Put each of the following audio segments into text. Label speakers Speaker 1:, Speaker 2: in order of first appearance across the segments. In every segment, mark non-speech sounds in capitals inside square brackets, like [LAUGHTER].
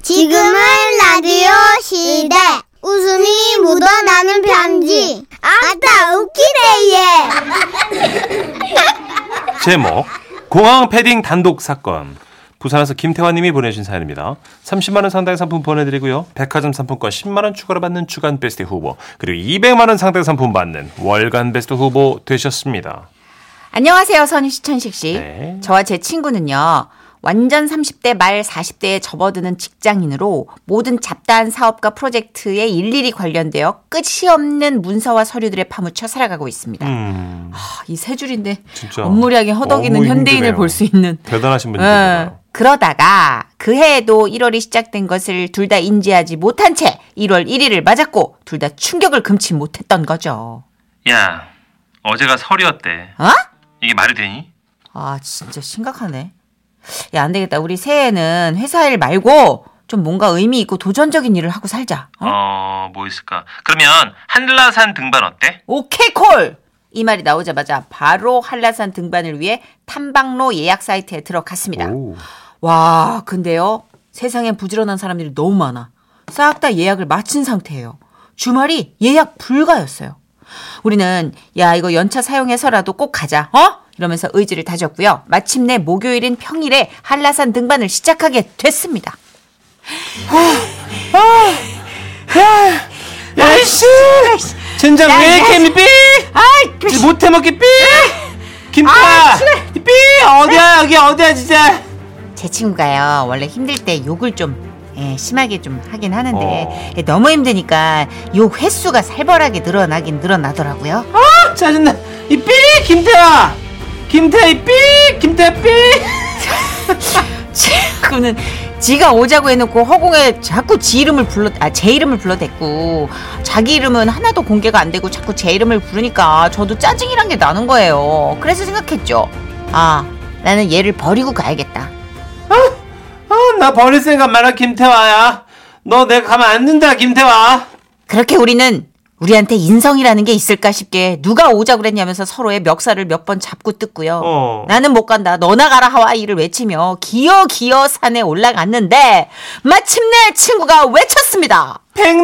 Speaker 1: 지금은 라디오 시대. 웃음이 묻어나는 편지. 아따, 웃기네,
Speaker 2: 제목 공항 패딩 단독 사건 부산에서 김태환님이 보내주신 사연입니다. 30만 원 상당의 상품 보내드리고요. 백화점 상품권 10만 원 추가로 받는 주간 베스트 후보 그리고 200만 원 상당의 상품 받는 월간 베스트 후보 되셨습니다.
Speaker 3: 안녕하세요, 선희 씨, 천식 씨.
Speaker 2: 네.
Speaker 3: 저와 제 친구는요, 완전 30대 말 40대에 접어드는 직장인으로 모든 잡다한 사업과 프로젝트에 일일이 관련되어 끝이 없는 문서와 서류들에 파묻혀 살아가고 있습니다.
Speaker 2: 음,
Speaker 3: 이 세 줄인데
Speaker 2: 진짜
Speaker 3: 업무량이 허덕이는
Speaker 2: 너무
Speaker 3: 현대인을
Speaker 2: 힘드네요.
Speaker 3: 볼 수 있는.
Speaker 2: 대단하신
Speaker 3: 응.
Speaker 2: 분이시네요.
Speaker 3: 그러다가 그 해에도 1월이 시작된 것을 둘 다 인지하지 못한 채 1월 1일을 맞았고 둘 다 충격을 금치 못했던 거죠.
Speaker 4: 야, 어제가 설이었대.
Speaker 3: 네. 어?
Speaker 4: 이게 말이 되니?
Speaker 3: 아, 진짜 심각하네. 야, 안 되겠다. 우리 새해에는 회사 일 말고 좀 뭔가 의미 있고 도전적인 일을 하고 살자. 어?
Speaker 2: 아.
Speaker 4: 어, 뭐 있을까? 그러면 한라산 등반 어때?
Speaker 3: 오케이, 콜! 이 말이 나오자마자 바로 한라산 등반을 위해 탐방로 예약 사이트에 들어갔습니다.
Speaker 2: 오,
Speaker 3: 와, 근데요. 세상에 부지런한 사람들이 너무 많아. 싹 다 예약을 마친 상태예요. 주말이 예약 불가였어요. 우리는 야, 이거 연차 사용해서라도 꼭 가자. 어? 이러면서 의지를 다졌고요. 마침내 목요일인 평일에 한라산 등반을 시작하게 됐습니다. 아, 아,
Speaker 2: 야이씨! 젠장 왜 이렇게 했니, 삐!
Speaker 3: 아이,
Speaker 2: 못해 먹기 삐!
Speaker 3: 아,
Speaker 2: 김밥! 아, 삐! 어디야 여기 어디야 진짜!
Speaker 3: 네. 제 친구가요 원래 힘들 때 욕을 좀 예, 심하게 좀 하긴 하는데
Speaker 2: 어.
Speaker 3: 예, 너무 힘드니까 욕 횟수가 살벌하게 늘어나긴 늘어나더라고요.
Speaker 5: 짜증나 이삐 김태야 김태야 이삐 김태야 삐
Speaker 3: 친구는 지가 오자고 해놓고 허공에 자꾸 지 이름을 불러 아 제 이름을 불러댔고 자기 이름은 하나도 공개가 안 되고 자꾸 제 이름을 부르니까 저도 짜증이란 게 나는 거예요. 그래서 생각했죠. 아 나는 얘를 버리고 가야겠다.
Speaker 5: 아, 나 버릴 생각 마라 김태화야 너 내가 가면 안 된다 김태화
Speaker 3: 그렇게 우리는 우리한테 인성이라는 게 있을까 싶게 누가 오자 그랬냐면서 서로의 멱살을 몇 번 잡고 뜯고요.
Speaker 2: 어.
Speaker 3: 나는 못 간다. 너나 가라 하와이를 외치며 기어 기어 산에 올라갔는데 마침내 친구가 외쳤습니다.
Speaker 5: [LAUGHS]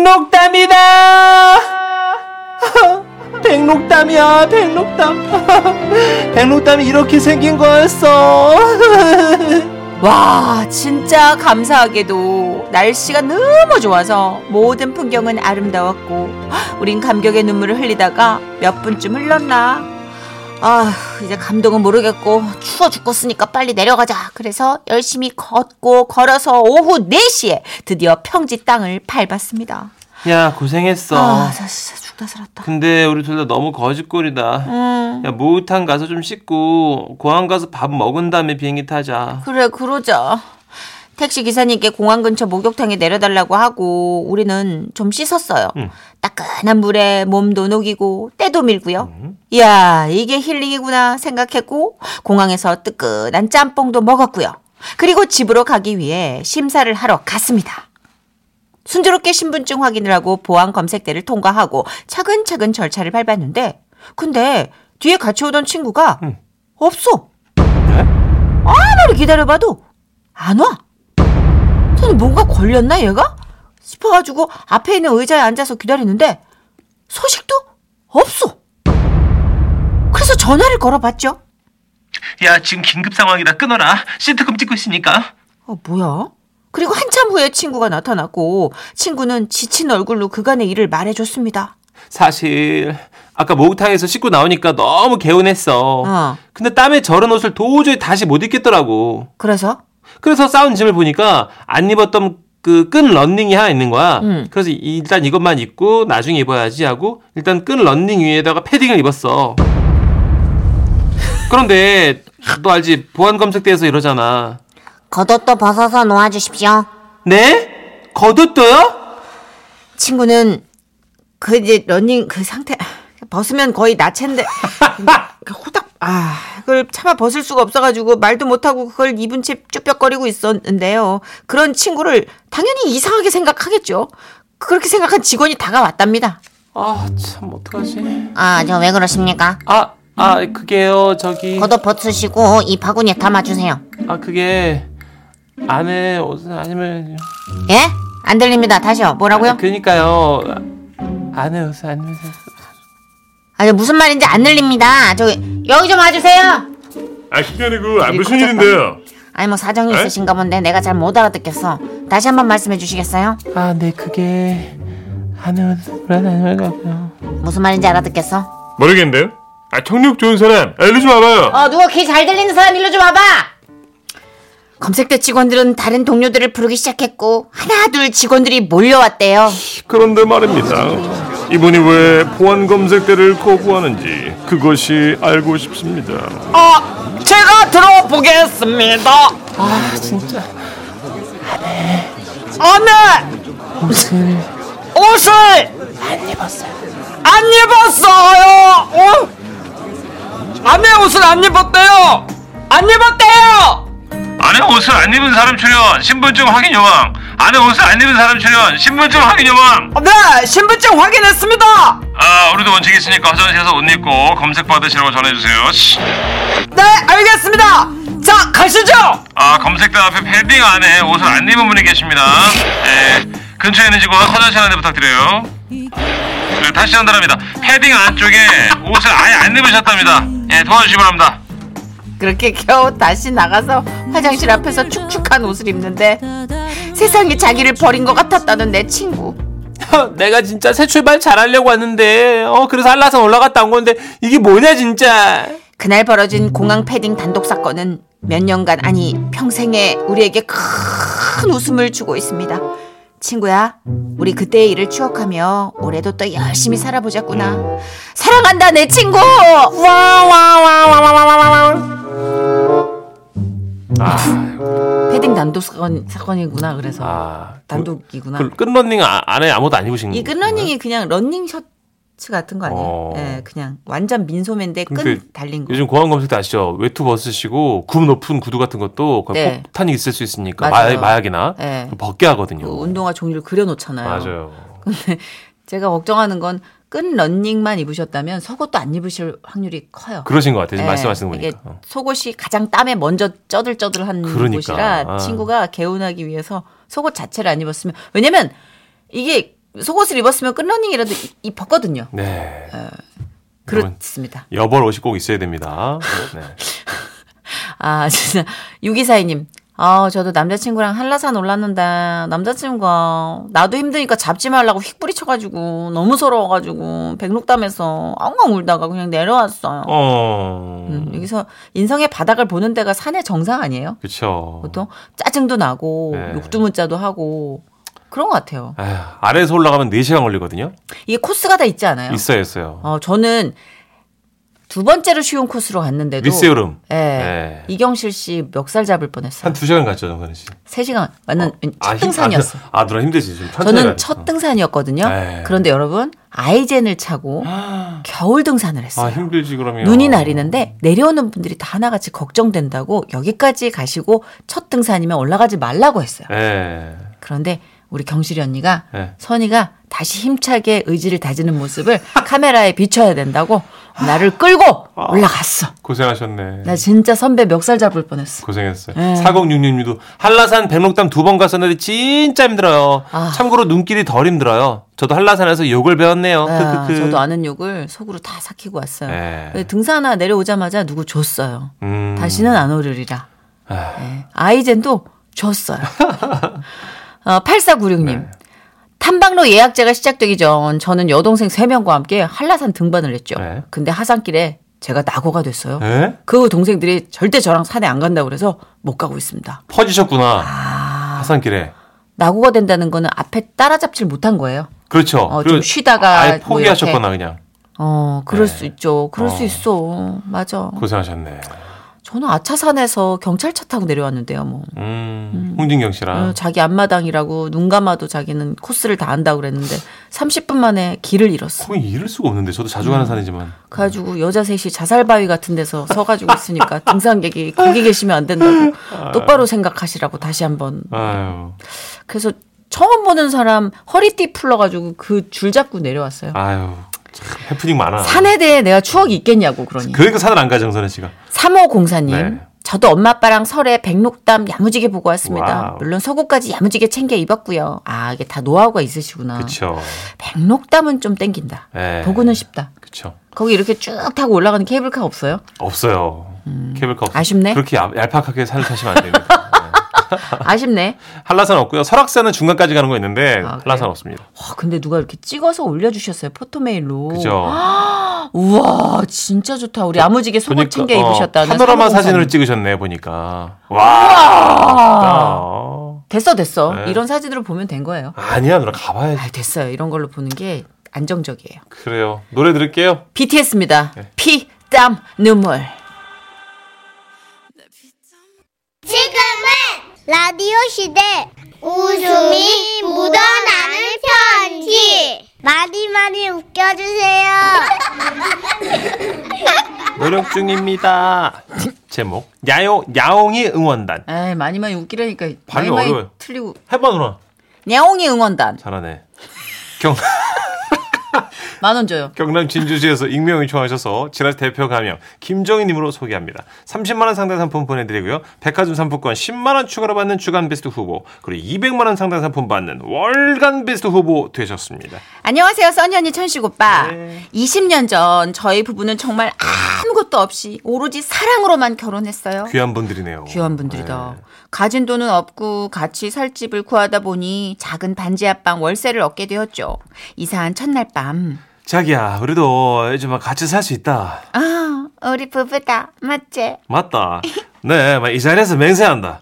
Speaker 5: 백록담이다 백록담이야 [LAUGHS] 백록담 백록담이 이렇게 생긴 거였어 [LAUGHS]
Speaker 3: 와, 진짜 감사하게도 날씨가 너무 좋아서 모든 풍경은 아름다웠고, 우린 감격의 눈물을 흘리다가 몇 분쯤 흘렀나? 아, 이제 감동은 모르겠고, 추워 죽겠으니까 빨리 내려가자. 그래서 열심히 걷고 걸어서 오후 4시에 드디어 평지 땅을 밟았습니다.
Speaker 5: 야 고생했어
Speaker 3: 아, 나 진짜 죽다 살았다.
Speaker 5: 근데 우리 둘 다 너무 거짓골이다
Speaker 3: 음,
Speaker 5: 야 목욕탕 가서 좀 씻고 공항 가서 밥 먹은 다음에 비행기 타자
Speaker 3: 그래, 그러자. 택시 기사님께 공항 근처 목욕탕에 내려달라고 하고 우리는 좀 씻었어요.
Speaker 2: 음.
Speaker 3: 따끈한 물에 몸도 녹이고 때도 밀고요.
Speaker 2: 음.
Speaker 3: 이야 이게 힐링이구나 생각했고 공항에서 뜨끈한 짬뽕도 먹었고요. 그리고 집으로 가기 위해 심사를 하러 갔습니다. 순조롭게 신분증 확인을 하고 보안 검색대를 통과하고 차근차근 절차를 밟았는데 근데 뒤에 같이 오던 친구가
Speaker 2: 음.
Speaker 3: 없어. 아무리 기다려봐도 안 와. 저는 뭔가 걸렸나 얘가? 싶어가지고 앞에 있는 의자에 앉아서 기다리는데 소식도 없어. 그래서 전화를 걸어봤죠.
Speaker 4: 야, 지금 긴급 상황이다. 끊어라. 시트콤 찍고
Speaker 2: 그러니까?
Speaker 4: 있으니까.
Speaker 3: 어, 뭐야? 그리고 한참 후에 친구가 나타났고 친구는 지친 얼굴로 그간의 일을 말해줬습니다.
Speaker 5: 사실 아까 목욕탕에서 씻고 나오니까 너무 개운했어.
Speaker 3: 어.
Speaker 5: 근데 땀에 절은 옷을 도저히 다시 못 입겠더라고.
Speaker 3: 그래서
Speaker 5: 그래서 싸운 짐을 보니까 안 입었던 그 끈 런닝이 하나 있는 거야.
Speaker 3: 음.
Speaker 5: 그래서 일단 이것만 입고 나중에 입어야지 하고 일단 끈 런닝 위에다가 패딩을 입었어. 그런데 너 알지 보안 검색대에서 이러잖아.
Speaker 1: 겉옷도 벗어서 놓아주십시오.
Speaker 5: 네? 겉옷도요?
Speaker 3: 친구는 그 이제 러닝 그 상태 벗으면 거의 나체인데 근데 호닥 아 그걸 차마 벗을 수가 없어가지고 말도 못하고 그걸 입은 채 쭈뼛거리고 있었는데요 그런 친구를 당연히 이상하게 생각하겠죠 그렇게 생각한 직원이 다가왔답니다
Speaker 5: 아 참 어떡하지?
Speaker 1: 아, 저 왜 그러십니까?
Speaker 5: 아 아, 그게요 저기
Speaker 1: 겉옷 벗으시고 이 바구니에 담아주세요.
Speaker 5: 아 그게
Speaker 2: 안에 옷은 아니면
Speaker 3: 예? 안 들립니다. 다시요. 뭐라고요?
Speaker 5: 아,
Speaker 2: 그니까요. 안에 옷은 아니면
Speaker 3: 아니 무슨 말인지 안 들립니다. 저기 여기 좀 와주세요.
Speaker 6: 아 시간이고 아, 무슨 일인데요?
Speaker 3: 아니 뭐 사정이
Speaker 6: 에?
Speaker 3: 있으신가 본데 내가 잘 못 알아듣겠어. 다시 한번 말씀해 주시겠어요?
Speaker 2: 아, 네 그게 안에 옷은 아니면 같고요.
Speaker 3: 무슨 말인지 알아듣겠어?
Speaker 6: 모르겠는데요? 아 청력 좋은 사람 알려 좀 와봐요.
Speaker 3: 어 누가 귀 잘 들리는 사람 일로 좀 와봐. 검색대 직원들은 다른 동료들을 부르기 시작했고 하나 둘 직원들이 몰려왔대요.
Speaker 6: 그런데 말입니다. 이분이 왜 보안 검색대를 거부하는지 그것이 알고 싶습니다.
Speaker 7: 어, 제가 들어보겠습니다. 아, 진짜. 안에. 옷을. 옷을. 안 입었어요. 안 입었어요. 어? 안에 옷을 안 입었대요. 안 입었대요.
Speaker 4: 안에 옷을 안 입은 사람 출연 신분증 확인 요망 안에 옷을 안 입은 사람 출연 신분증 확인 요망
Speaker 7: 네, 신분증 확인했습니다.
Speaker 4: 아 우리도 원칙 있으니까 화장실에서 옷 입고 검색 받으시라고 전해주세요 씨.
Speaker 7: 네, 알겠습니다. 자, 가시죠.
Speaker 4: 아 검색대 앞에 패딩 안에 옷을 안 입은 분이 계십니다 예 근처에 있는 직원 화장실 안내 부탁드려요 네, 다시 전달합니다 패딩 안쪽에 옷을 아예 안 입으셨답니다 예 도와주시기 바랍니다
Speaker 1: 그렇게 겨우 다시 나가서 화장실 앞에서 축축한 옷을 입는데 세상에 자기를 버린 것 같았다는 내 친구.
Speaker 2: 아, 내가 진짜 새 출발 잘하려고 왔는데, 어 그래서 한라산 올라갔다 온 건데 이게 뭐냐 진짜.
Speaker 1: 그날 벌어진 공항 패딩 단독 사건은 몇 년간 아니 평생에 우리에게 큰 웃음을 주고 있습니다. 친구야, 우리 그때의 일을 추억하며 올해도 또 열심히 살아보자꾸나. 사랑한다 내 친구. 패딩 단독 사건 사건이구나 그래서
Speaker 2: 아,
Speaker 1: 단독이구나.
Speaker 2: 그 끝러닝 아- 안에 아무도 안 입으신
Speaker 1: 이
Speaker 2: 거예요?
Speaker 1: 끈러닝이 그냥 러닝 셔츠 같은 거 아니에요?
Speaker 2: 어.
Speaker 1: 예, 그냥 완전 민소매인데 끈
Speaker 2: 그러니까
Speaker 1: 달린 거.
Speaker 2: 요즘 공항 검색대 아시죠? 외투 벗으시고 굽 높은 구두 같은 것도 거의
Speaker 1: 네.
Speaker 2: 폭탄이 있을 수 있으니까
Speaker 1: 맞아요.
Speaker 2: 마, 약이나
Speaker 1: 네.
Speaker 2: 벗게
Speaker 1: 그
Speaker 2: 하거든요.
Speaker 1: 운동화 종류를 그려놓잖아요.
Speaker 2: 맞아요.
Speaker 1: [LAUGHS] 근데 제가 걱정하는 건 끈 러닝만 입으셨다면 속옷도 안 입으실 확률이 커요.
Speaker 2: 그러신 것 같아요. 지금
Speaker 1: 예,
Speaker 2: 말씀하시는 거
Speaker 1: 이게
Speaker 2: 보니까. 어.
Speaker 1: 속옷이 가장 땀에 먼저 쩌들쩌들한
Speaker 2: 그러니까.
Speaker 1: 곳이라
Speaker 2: 아.
Speaker 1: 친구가 개운하기 위해서 속옷 자체를 안 입었으면 왜냐면 이게 속옷을 입었으면 끈 러닝이라도 이- 입었거든요.
Speaker 2: 네.
Speaker 1: 그렇습니다.
Speaker 2: 여벌 옷이 꼭 있어야 됩니다. 네.
Speaker 1: 아, [LAUGHS] 진짜. 6242님. 아, 저도 남자친구랑 한라산 올랐는데, 남자친구가, 나도 힘드니까 잡지 말라고 휙 뿌리쳐가지고, 너무 서러워가지고, 백록담에서 엉엉 울다가 그냥 내려왔어요.
Speaker 2: 어.
Speaker 1: 음, 여기서 인성의 바닥을 보는 데가 산의 정상 아니에요?
Speaker 2: 그쵸.
Speaker 1: 보통 짜증도 나고,
Speaker 2: 네.
Speaker 1: 욕두문자도 하고, 그런 것 같아요.
Speaker 2: 아휴, 아래에서 올라가면 4시간 걸리거든요.
Speaker 1: 이게 코스가 다 있지 않아요?
Speaker 2: 있어요, 있어요.
Speaker 1: 어, 저는 두 번째로 쉬운 코스로 갔는데도.
Speaker 2: 리세오름.
Speaker 1: 예.
Speaker 2: 네.
Speaker 1: 이경실 씨 멱살 잡을 뻔했어요.
Speaker 2: 한 2시간 갔죠, 정선희 씨.
Speaker 1: 세시간 완전 첫
Speaker 2: 힘-
Speaker 1: 등산이었어.
Speaker 2: 아, 누나 힘드지. 좀 천천히
Speaker 1: 저는
Speaker 2: 가야
Speaker 1: 첫
Speaker 2: 돼.
Speaker 1: 등산이었거든요.
Speaker 2: 네.
Speaker 1: 그런데 여러분 아이젠을 차고 겨울 등산을 했어요.
Speaker 2: 아, 힘들지, 그러면.
Speaker 1: 눈이 내리는데 내려오는 분들이 다 하나같이 걱정된다고 여기까지 가시고 첫 등산이면 올라가지 말라고 했어요.
Speaker 2: 예.
Speaker 1: 그런데 우리 경실이 언니가
Speaker 2: 네.
Speaker 1: 선이가 다시 힘차게 의지를 다지는 모습을 카메라에 비춰야 된다고 나를 끌고 올라갔어.
Speaker 2: 고생하셨네.
Speaker 1: 나 진짜 선배 멱살 잡을 뻔했어.
Speaker 2: 고생했어요.
Speaker 1: 예.
Speaker 2: 4066님도 한라산 백록담 두 번 갔었는데 진짜 힘들어요.
Speaker 1: 아.
Speaker 2: 참고로 눈길이 덜 힘들어요. 저도 한라산에서 욕을 배웠네요.
Speaker 1: 아,
Speaker 2: 크크크.
Speaker 1: 저도 아는 욕을 속으로 다 삭히고 왔어요.
Speaker 2: 예.
Speaker 1: 근데 등산하 내려오자마자 누구 줬어요.
Speaker 2: 음. 아.
Speaker 1: 다시는 안 오르리라. 예. 아이젠도
Speaker 2: [LAUGHS]
Speaker 1: 줬어요. 어, 8496님.
Speaker 2: 네.
Speaker 1: 탐방로 예약제가 시작되기 전 저는 여동생 3명과 함께 한라산 등반을 했죠.
Speaker 2: 네.
Speaker 1: 근데 하산길에 제가 낙오가 됐어요.
Speaker 2: 예?
Speaker 1: 그 동생들이 절대 저랑 산에 안 간다고 그래서 못 가고 있습니다.
Speaker 2: 퍼지셨구나.
Speaker 1: 아.
Speaker 2: 하산길에.
Speaker 1: 낙오가 된다는 거는 앞에 따라잡질 못한 거예요.
Speaker 2: 그렇죠.
Speaker 1: 어,
Speaker 2: 그리고
Speaker 1: 좀 쉬다가
Speaker 2: 아예
Speaker 1: 뭐
Speaker 2: 포기하셨거나 그냥
Speaker 1: 어, 그럴
Speaker 2: 네.
Speaker 1: 수 있죠. 그럴 수
Speaker 2: 어. 그
Speaker 1: 있어. 맞아.
Speaker 2: 고생하셨네.
Speaker 1: 저는 아차산에서 경찰차 타고 내려왔는데요, 뭐.
Speaker 2: 음, 홍진경 씨랑
Speaker 1: 어, 자기 앞마당이라고 눈 감아도 자기는 코스를 다 안다고 그랬는데 30분 만에 길을 잃었어.
Speaker 2: 거의 잃을 수가 없는데 저도 자주
Speaker 1: 음.
Speaker 2: 가는 산이지만
Speaker 1: 그래가지고 여자 셋이 자살바위 같은 데서
Speaker 2: [LAUGHS]
Speaker 1: 서가지고 있으니까 등산객이 거기 계시면 안 된다고
Speaker 2: 아.
Speaker 1: 똑바로 생각하시라고 다시 한번.
Speaker 2: 아유
Speaker 1: 그래서 처음 보는 사람 허리띠 풀러가지고 그 줄 잡고 내려왔어요.
Speaker 2: 아유 참 해프닝 많아.
Speaker 1: 산에 대해 내가 추억이 있겠냐고 그러니.
Speaker 2: 그러니까 산을 안 가 정선혜 씨가.
Speaker 1: 3504님.
Speaker 2: 네.
Speaker 1: 저도 엄마 아빠랑 설에 백록담 야무지게 보고 왔습니다.
Speaker 2: 와우.
Speaker 1: 물론 속옷까지 야무지게 챙겨 입었고요. 아 이게 다 노하우가 있으시구나.
Speaker 2: 그쵸.
Speaker 1: 백록담은 좀 땡긴다.
Speaker 2: 예.
Speaker 1: 아. 보고는 싶다.
Speaker 2: 그쵸.
Speaker 1: 거기 이렇게 쭉 타고 올라가는 케이블카 없어요?
Speaker 2: 없어요. 케이블카 없어요.
Speaker 1: 음. 아쉽네.
Speaker 2: 그렇게 얄- 얄팍하게 살을 타시면 안 됩니다. 예.
Speaker 1: 아쉽네.
Speaker 2: 한라산 없고요. 설악산은 중간까지 가는 거 있는데
Speaker 1: 아,
Speaker 2: 한라산 없습니다.
Speaker 1: 와, 근데 누가 이렇게 찍어서 올려주셨어요 포토메일로.
Speaker 2: 그죠.
Speaker 1: 아, 우와 진짜 좋다. 우리 야무지게 속옷
Speaker 2: 보니까,
Speaker 1: 챙겨
Speaker 2: 어,
Speaker 1: 입으셨다는
Speaker 2: 파노라마
Speaker 1: 삼오공사님.
Speaker 2: 사진으로 찍으셨네 보니까. 와. 멋있다.
Speaker 1: 됐어 됐어.
Speaker 2: 네.
Speaker 1: 이런 사진으로 보면 된 거예요.
Speaker 2: 아니야 누나 가봐야지.
Speaker 1: 아, 됐어요. 이런 걸로 보는 게 안정적이에요.
Speaker 2: 그래요. 노래 들을게요.
Speaker 1: BTS입니다.
Speaker 2: 네.
Speaker 1: 피, 땀, 눈물.
Speaker 3: 지금은 라디오 시대 웃음이 묻어나는 편지 많이 많이 웃겨주세요
Speaker 2: 노력 중입니다. 제목 야요 야옹이 응원단.
Speaker 1: 에이, 많이 많이 웃기라니까 많이
Speaker 2: 발음이
Speaker 1: 많이
Speaker 2: 어려워요.
Speaker 1: 틀리고.
Speaker 2: 해봐 누나.
Speaker 1: 냐옹이 응원단
Speaker 2: 잘하네. 경
Speaker 1: 만 원 줘요.
Speaker 2: 경남 진주시에서 익명 요청하셔서 지라시 대표 가명 김정희님으로 소개합니다. 30만 원 상당 상품 보내드리고요. 백화점 상품권 10만 원 추가로 받는 주간 베스트 후보 그리고 200만 원 상당 상품 받는 월간 베스트 후보 되셨습니다.
Speaker 1: 안녕하세요, 써니 언니 천식 오빠.
Speaker 2: 네.
Speaker 1: 20년 전 저희 부부는 정말 아무것도 없이 오로지 사랑으로만 결혼했어요.
Speaker 2: 귀한 분들이네요.
Speaker 1: 귀한 분들이다. 가진 돈은 없고 같이 살 집을 구하다 보니 작은 반지 앞방 월세를 얻게 되었죠. 이사한 첫날 밤.
Speaker 2: 자기야, 우리도 요즘 같이 살 수 있다.
Speaker 1: 아, 우리 부부다. 맞지?
Speaker 2: 맞다. 네, 막이 자리에서
Speaker 1: [LAUGHS]
Speaker 2: 맹세한다.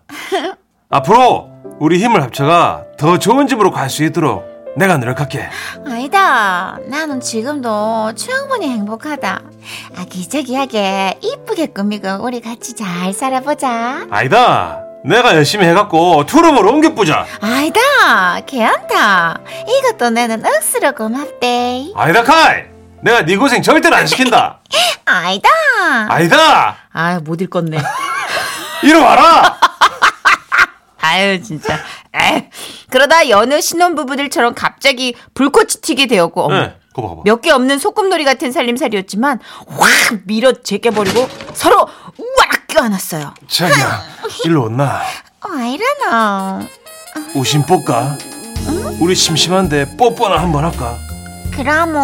Speaker 2: 앞으로 우리 힘을 합쳐가 더 좋은 집으로 갈 수 있도록 내가 노력할게.
Speaker 1: 아니다. 나는 지금도 충분히 행복하다. 아, 기저귀하게 이쁘게 꾸미고 우리 같이 잘 살아보자.
Speaker 2: 아니다. 내가 열심히 해갖고 투룸으로 옮겨보자.
Speaker 1: 아니다. 개한다. 이것도 내는 억수로 고맙대.
Speaker 2: 아니다 카이 내가 네 고생 절대로 안 시킨다
Speaker 1: 아니다.
Speaker 2: 아니다
Speaker 1: 아, 못 읽겠네.
Speaker 2: 이리 와라
Speaker 1: 아유 진짜. 에 그러다 여느 신혼부부들처럼 갑자기 불꽃이 튀게 되었고 어머.
Speaker 2: 네, 그거 봐봐
Speaker 1: 몇 개 없는 소꿉놀이 같은 살림살이였지만 확 밀어 제껴버리고 서로 우악 껴안았어요.
Speaker 2: 자기야 일로 온나
Speaker 1: 아 이러나.
Speaker 2: 우심 뽑까 우리 심심한데 뽀뽀나 한번 할까
Speaker 1: 그럼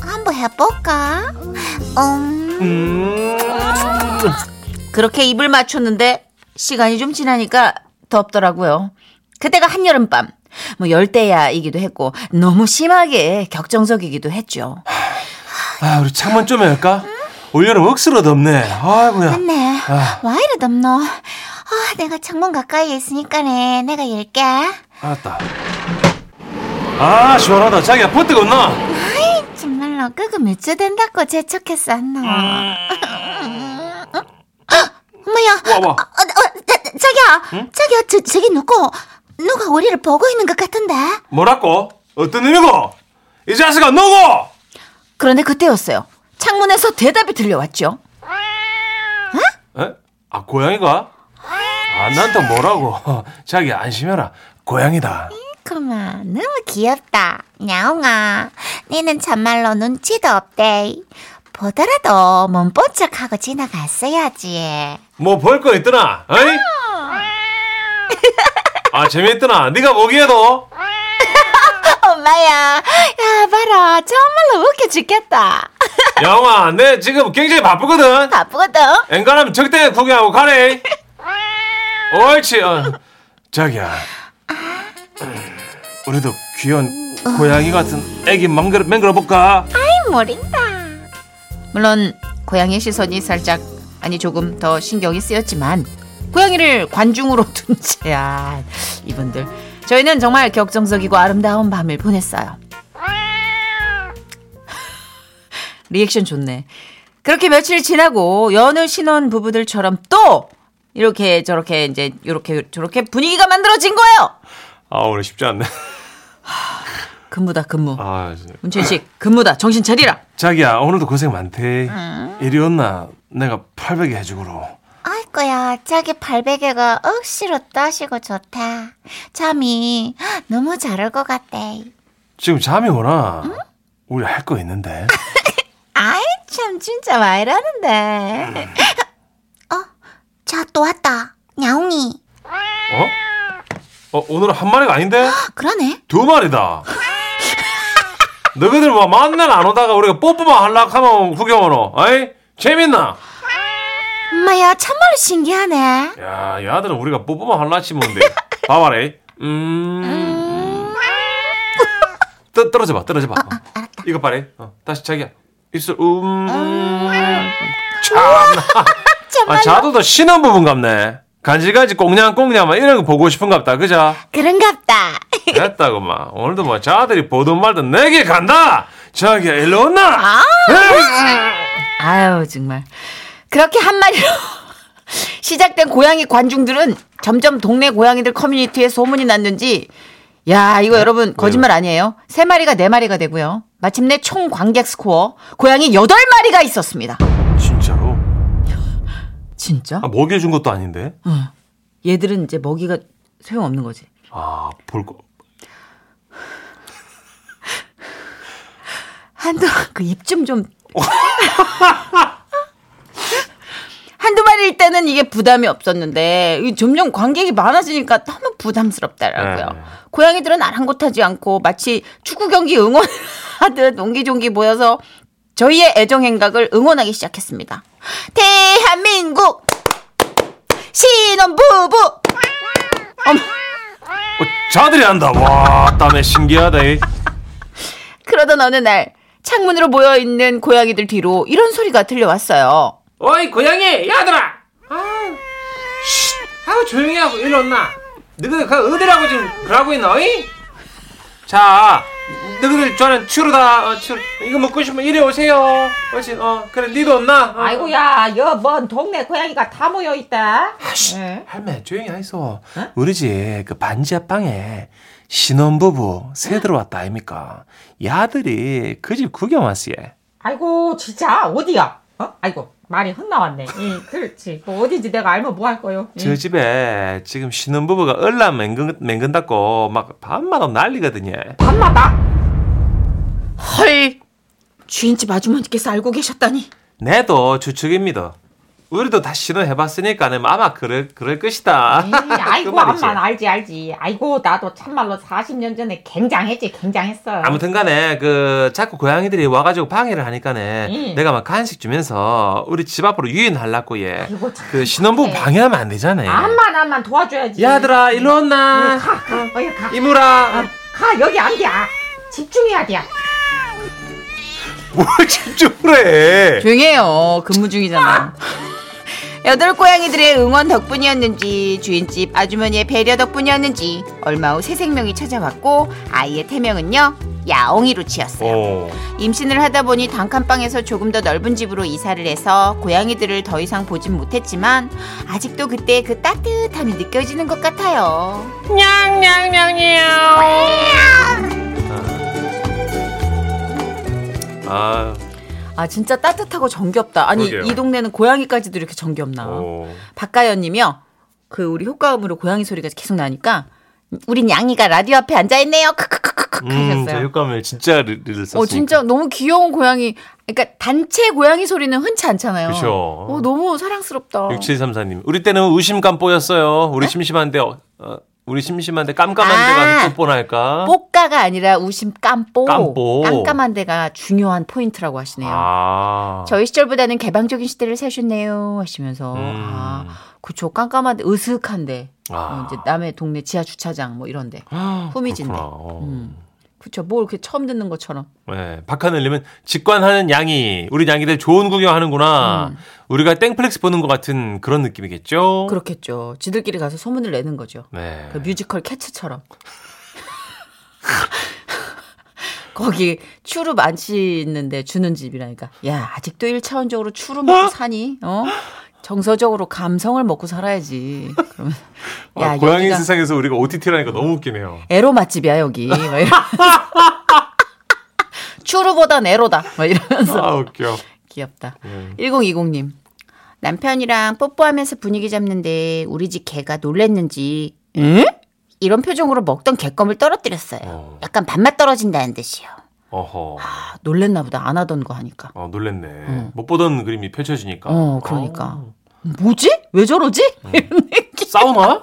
Speaker 1: 한번 해볼까? 음.
Speaker 2: 음
Speaker 1: 그렇게 입을 맞췄는데 시간이 좀 지나니까 덥더라고요. 그때가 한여름밤. 뭐 열대야이기도 했고 너무 심하게 격정적이기도 했죠.
Speaker 2: 아, 우리 창문 좀 열까 올여름 억수로 덥네 아이고야
Speaker 3: 네
Speaker 2: 아,
Speaker 3: 와이리 덥노 아 내가 창문 가까이에 있으니까네 내가 열게
Speaker 2: 알았다 아 시원하다 자기야 버티고 온나
Speaker 3: 정말로 끄고 몇 주 된다고 재촉했어 안노 엄마야
Speaker 2: 와와
Speaker 3: 어, 어, 자, 자기야 자기야 저, 저기 누구 누가 우리를 보고 있는 것 같은데
Speaker 2: 뭐라고 어떤 의미고 이 자식아 누구
Speaker 1: 그런데 그때였어요. 창문에서 대답이 들려왔죠.
Speaker 2: 에? 아 고양이가? 아 나한테 뭐라고? [LAUGHS] 자기 안심해라 고양이다.
Speaker 3: 그만 너무 귀엽다 야옹아 니는 참말로 눈치도 없대 보더라도 몸본 척하고 지나갔어야지
Speaker 2: 뭐 볼 거 있더나? 어이? 아 재미있더나? 네가 보기에도
Speaker 3: 어,
Speaker 1: 엄마야, 야 봐라, 정말로 웃겨 죽겠다.
Speaker 2: 영아 내 지금 굉장히 바쁘거든.
Speaker 1: 바쁘거든.
Speaker 2: 엔간하면 적당히 구경하고 가래. 옳지. 어. 자기야. [CLEARS THROAT] 우리도 귀여운 고양이 같은 애기 맹글 맹글어 볼까?
Speaker 1: 물론 고양이 시선이 살짝 아니 조금 더 신경이 쓰였지만 고양이를 관중으로 [LAUGHS] 둔채야 이분들 저희는 정말 격정적이고 아름다운 밤을 보냈어요. [LAUGHS] 리액션 좋네. 그렇게 며칠 지나고 여느 신혼 부부들처럼 또 이렇게 저렇게 이제 이렇게 저렇게 분위기가 만들어진 거예요.
Speaker 2: 아 오늘 쉽지 않네.
Speaker 1: 근무다 근무.
Speaker 2: 아 진짜.
Speaker 1: 문천식 근무다 정신 차리라.
Speaker 2: 자기야 오늘도 고생 많대 이리 온나 내가 800개 해주고로
Speaker 3: 아이고야 자기 800개가 억시로 떠시고 좋다 잠이 너무 잘 올 것 같대
Speaker 2: 지금 잠이 오나 우리 할 거 있는데
Speaker 3: 아이 참 진짜 와 이러는데 어?
Speaker 8: 자, 또 왔다. 냐옹이.
Speaker 2: 어, 오늘은 한 마리가 아닌데?
Speaker 8: [GASPS] 그러네.
Speaker 2: 두 마리다. 너희들 뭐 만날 안 오다가 우리가 뽀뽀만 하려고 하면 구경하노. 아이? 재밌나?
Speaker 8: 엄마야, 참말로 신기하네.
Speaker 2: 야, 얘들은 우리가 뽀뽀만 하려고 치면 [LAUGHS] 돼. 봐봐라. 이. 음. 떠, 떨어져봐, 떨어져봐. 어. 이거 봐라. 이. 어, 다시 자기야. 입술, 음. 좋아. 아, 자도도 신혼부분 같네. 간질간질 꽁냥꽁냥 막 이런 거 보고 싶은갑다. [LAUGHS] 그죠?
Speaker 8: 그런갑다.
Speaker 2: 됐다 그만 오늘도 뭐 자들이 보든 말든 내게 간다 자기 일로 온나 아.
Speaker 1: 아유 정말 그렇게 한 마리로 [LAUGHS] 시작된 고양이 관중들은 점점 동네 고양이들 커뮤니티에 소문이 났는지 야 이거 여러분 거짓말 아니에요 세 마리가 네 마리가 되고요 마침내 총 관객 스코어 고양이 여덟 마리가 있었습니다
Speaker 2: 진짜로
Speaker 1: 진짜
Speaker 2: 아, 먹여준 것도 아닌데
Speaker 1: 얘들은 이제 먹이가 소용없는 거지
Speaker 2: 아 볼거
Speaker 1: 한동안 [LAUGHS] 그 입 좀 좀. 한두 마리일 때는 이게 부담이 없었는데 이 점점 관객이 많아지니까 너무 부담스럽더라고요.
Speaker 2: 네.
Speaker 1: 고양이들은 아랑곳하지 않고 마치 축구 경기 응원하듯 [LAUGHS] 옹기종기 모여서 저희의 애정 행각을 응원하기 시작했습니다. 대한민국 신혼부부
Speaker 2: 어, 자들이 한다 와 땀에 신기하다 이.
Speaker 1: 그러던 어느 날 창문으로 모여 있는 고양이들 뒤로 이런 소리가 들려왔어요.
Speaker 5: 어이 고양이 야들아 아우 조용히 하고 일로 온나 너희들 그 어디라고 지금 그러고 있나 어이? 자 너희들 저는 추르다 어, 추르 이거 먹고 싶으면 이리 오세요 어이 어 그래 니도 온나 어.
Speaker 3: 아이고야, 여먼 동네 고양이가 다 모여 있다.
Speaker 2: 할매 조용히
Speaker 3: 어?
Speaker 2: 하이소 우리 집 그 반지 앞방에 신혼부부 새 들어왔다 아닙니까 야들이 그 집 구경 왔어요
Speaker 3: 아이고, 진짜 어디야? 어? 아이고, 말이 헛나왔네. 예, 그렇지. 뭐 어디지 내가 알면 뭐 할 거요?
Speaker 2: 저 집에 지금 신혼부부가 얼라 맹근, 맹근다고 막 밤마다 난리거든요
Speaker 3: 밤마다.
Speaker 1: 헐 주인집 아주머니께서 알고 계셨다니
Speaker 2: 내도 추측입니다. 우리도 다 실험해봤으니까 는 아마 그럴, 그럴 것이다. [LAUGHS]
Speaker 3: 에이,
Speaker 2: 그
Speaker 3: 아이고,
Speaker 2: 말이지.
Speaker 3: 암만 알지 알지. 아이고, 나도 참말로 40년 전에 굉장했지, 굉장했어.
Speaker 2: 아무튼간에 그 자꾸 고양이들이 와가지고 방해를 하니까네
Speaker 3: 음.
Speaker 2: 내가 막 간식 주면서 우리 집 앞으로 유인하려고 예.
Speaker 3: 아이고, 참
Speaker 2: 그
Speaker 1: 네.
Speaker 2: 신혼부부 방해하면 안 되잖아요.
Speaker 3: 암만 암만 도와줘야지.
Speaker 2: 야들아 일로
Speaker 3: 가,
Speaker 1: 음,
Speaker 2: 온나
Speaker 3: 가, 어이 가,
Speaker 1: 아.
Speaker 2: 이모라
Speaker 3: 가 여기 안 돼. 아, 집중해야 돼.
Speaker 2: 뭘 집중을 해?
Speaker 1: 조용해요 근무 중이잖아 [LAUGHS] 여덟 고양이들의 응원 덕분이었는지 주인집 아주머니의 배려 덕분이었는지 얼마 후 새 생명이 찾아왔고 아이의 태명은요 야옹이로 지었어요
Speaker 2: 어.
Speaker 1: 임신을 하다 보니 단칸방에서 조금 더 넓은 집으로 이사를 해서 고양이들을 더 이상 보진 못했지만 아직도 그때 그 따뜻함이 느껴지는 것 같아요
Speaker 2: 아,
Speaker 1: 아 진짜 따뜻하고 정겹다. 아니
Speaker 2: 그러게요.
Speaker 1: 이 동네는 고양이까지도 이렇게 정겹나.
Speaker 2: 어.
Speaker 1: 박가연님이요. 그 우리 효과음으로 고양이 소리가 계속 나니까 우린 양이가 라디오 앞에 앉아 있네요. 크크크크크
Speaker 2: 음, 저
Speaker 1: 하셨어요.
Speaker 2: 효과음을 진짜 를 썼으니까.
Speaker 1: 어 진짜 너무 귀여운 고양이. 그러니까 단체 고양이 소리는 흔치 않잖아요.
Speaker 2: 그쵸.
Speaker 1: 어 너무 사랑스럽다.
Speaker 2: 6734님. 우리 때는 우심깜뽀였어요. 우리 심심한데, 어, 어, 우리 심심한데 깜깜한 데
Speaker 1: 아.
Speaker 2: 가서 뽀뽀할까?
Speaker 1: 뽀까가 아니라 우심 깜뽀.
Speaker 2: 깜뽀.
Speaker 1: 깜깜한 데가 중요한 포인트라고 하시네요.
Speaker 2: 아.
Speaker 1: 저희 시절보다는 개방적인 시대를 사셨네요 하시면서
Speaker 2: 음.
Speaker 1: 아 그쵸 깜깜한데 으슥한데
Speaker 2: 아.
Speaker 1: 어, 이제 남의 동네 지하 주차장 뭐 이런데 후미진데
Speaker 2: 그렇구나. 어.
Speaker 1: 음. 그쵸 뭐 이렇게 처음 듣는 것처럼
Speaker 2: 네. 박하늘님은 직관하는 양이, 우리 양이들 좋은 구경하는구나. 우리가 땡플렉스 보는 것 같은 그런 느낌이겠죠?
Speaker 1: 음. 그렇겠죠 지들끼리 가서 소문을 내는 거죠
Speaker 2: 네.
Speaker 1: 그 뮤지컬 캐츠처럼 [LAUGHS] 거기 추루 많이 있는데 주는 집이라니까 야 아직도 1차원적으로 추루 먹고 사니 어 정서적으로 감성을 먹고 살아야지 그러면
Speaker 2: 아, 고양이
Speaker 1: 여기가-
Speaker 2: 세상에서 우리가 OTT라니까 너무 웃기네요.
Speaker 1: 에로 맛집이야 여기. 막 이러면서. [LAUGHS] 추루보단 에로다. 막 이러면서
Speaker 2: 아, 웃겨.
Speaker 1: 귀엽다. 1020님 남편이랑 뽀뽀하면서 분위기 잡는데 우리 집 개가 놀랬는지 응? 이런 표정으로 먹던 개껌을 떨어뜨렸어요. 약간 밥맛 떨어진다는 듯이요.
Speaker 2: 어허. 아,
Speaker 1: 아, 놀랬나 보다 안 하던 거 하니까.
Speaker 2: 어, 놀랬네. 못 보던 그림이 펼쳐지니까.
Speaker 1: 어 그러니까 뭐지? 왜 저러지? 이런 느낌.
Speaker 2: 사우나? 어,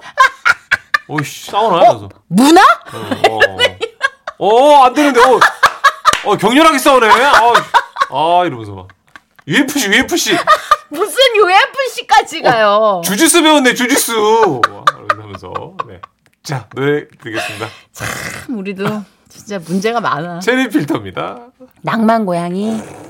Speaker 2: 오이씨 사우나야 가서.
Speaker 1: 문화?
Speaker 2: 어, 안 되는데, 어. 어, 격렬하게 싸우네. 아, 아 이러면서 막. UFC, UFC.
Speaker 1: 무슨 UFC까지 가요?
Speaker 2: 주짓수 배웠네, 주짓수. 이러면서. 네. 자, 노래 드리겠습니다.
Speaker 1: 참, 우리도 진짜 문제가 많아.
Speaker 2: 체리 필터입니다.
Speaker 3: 낭만 고양이.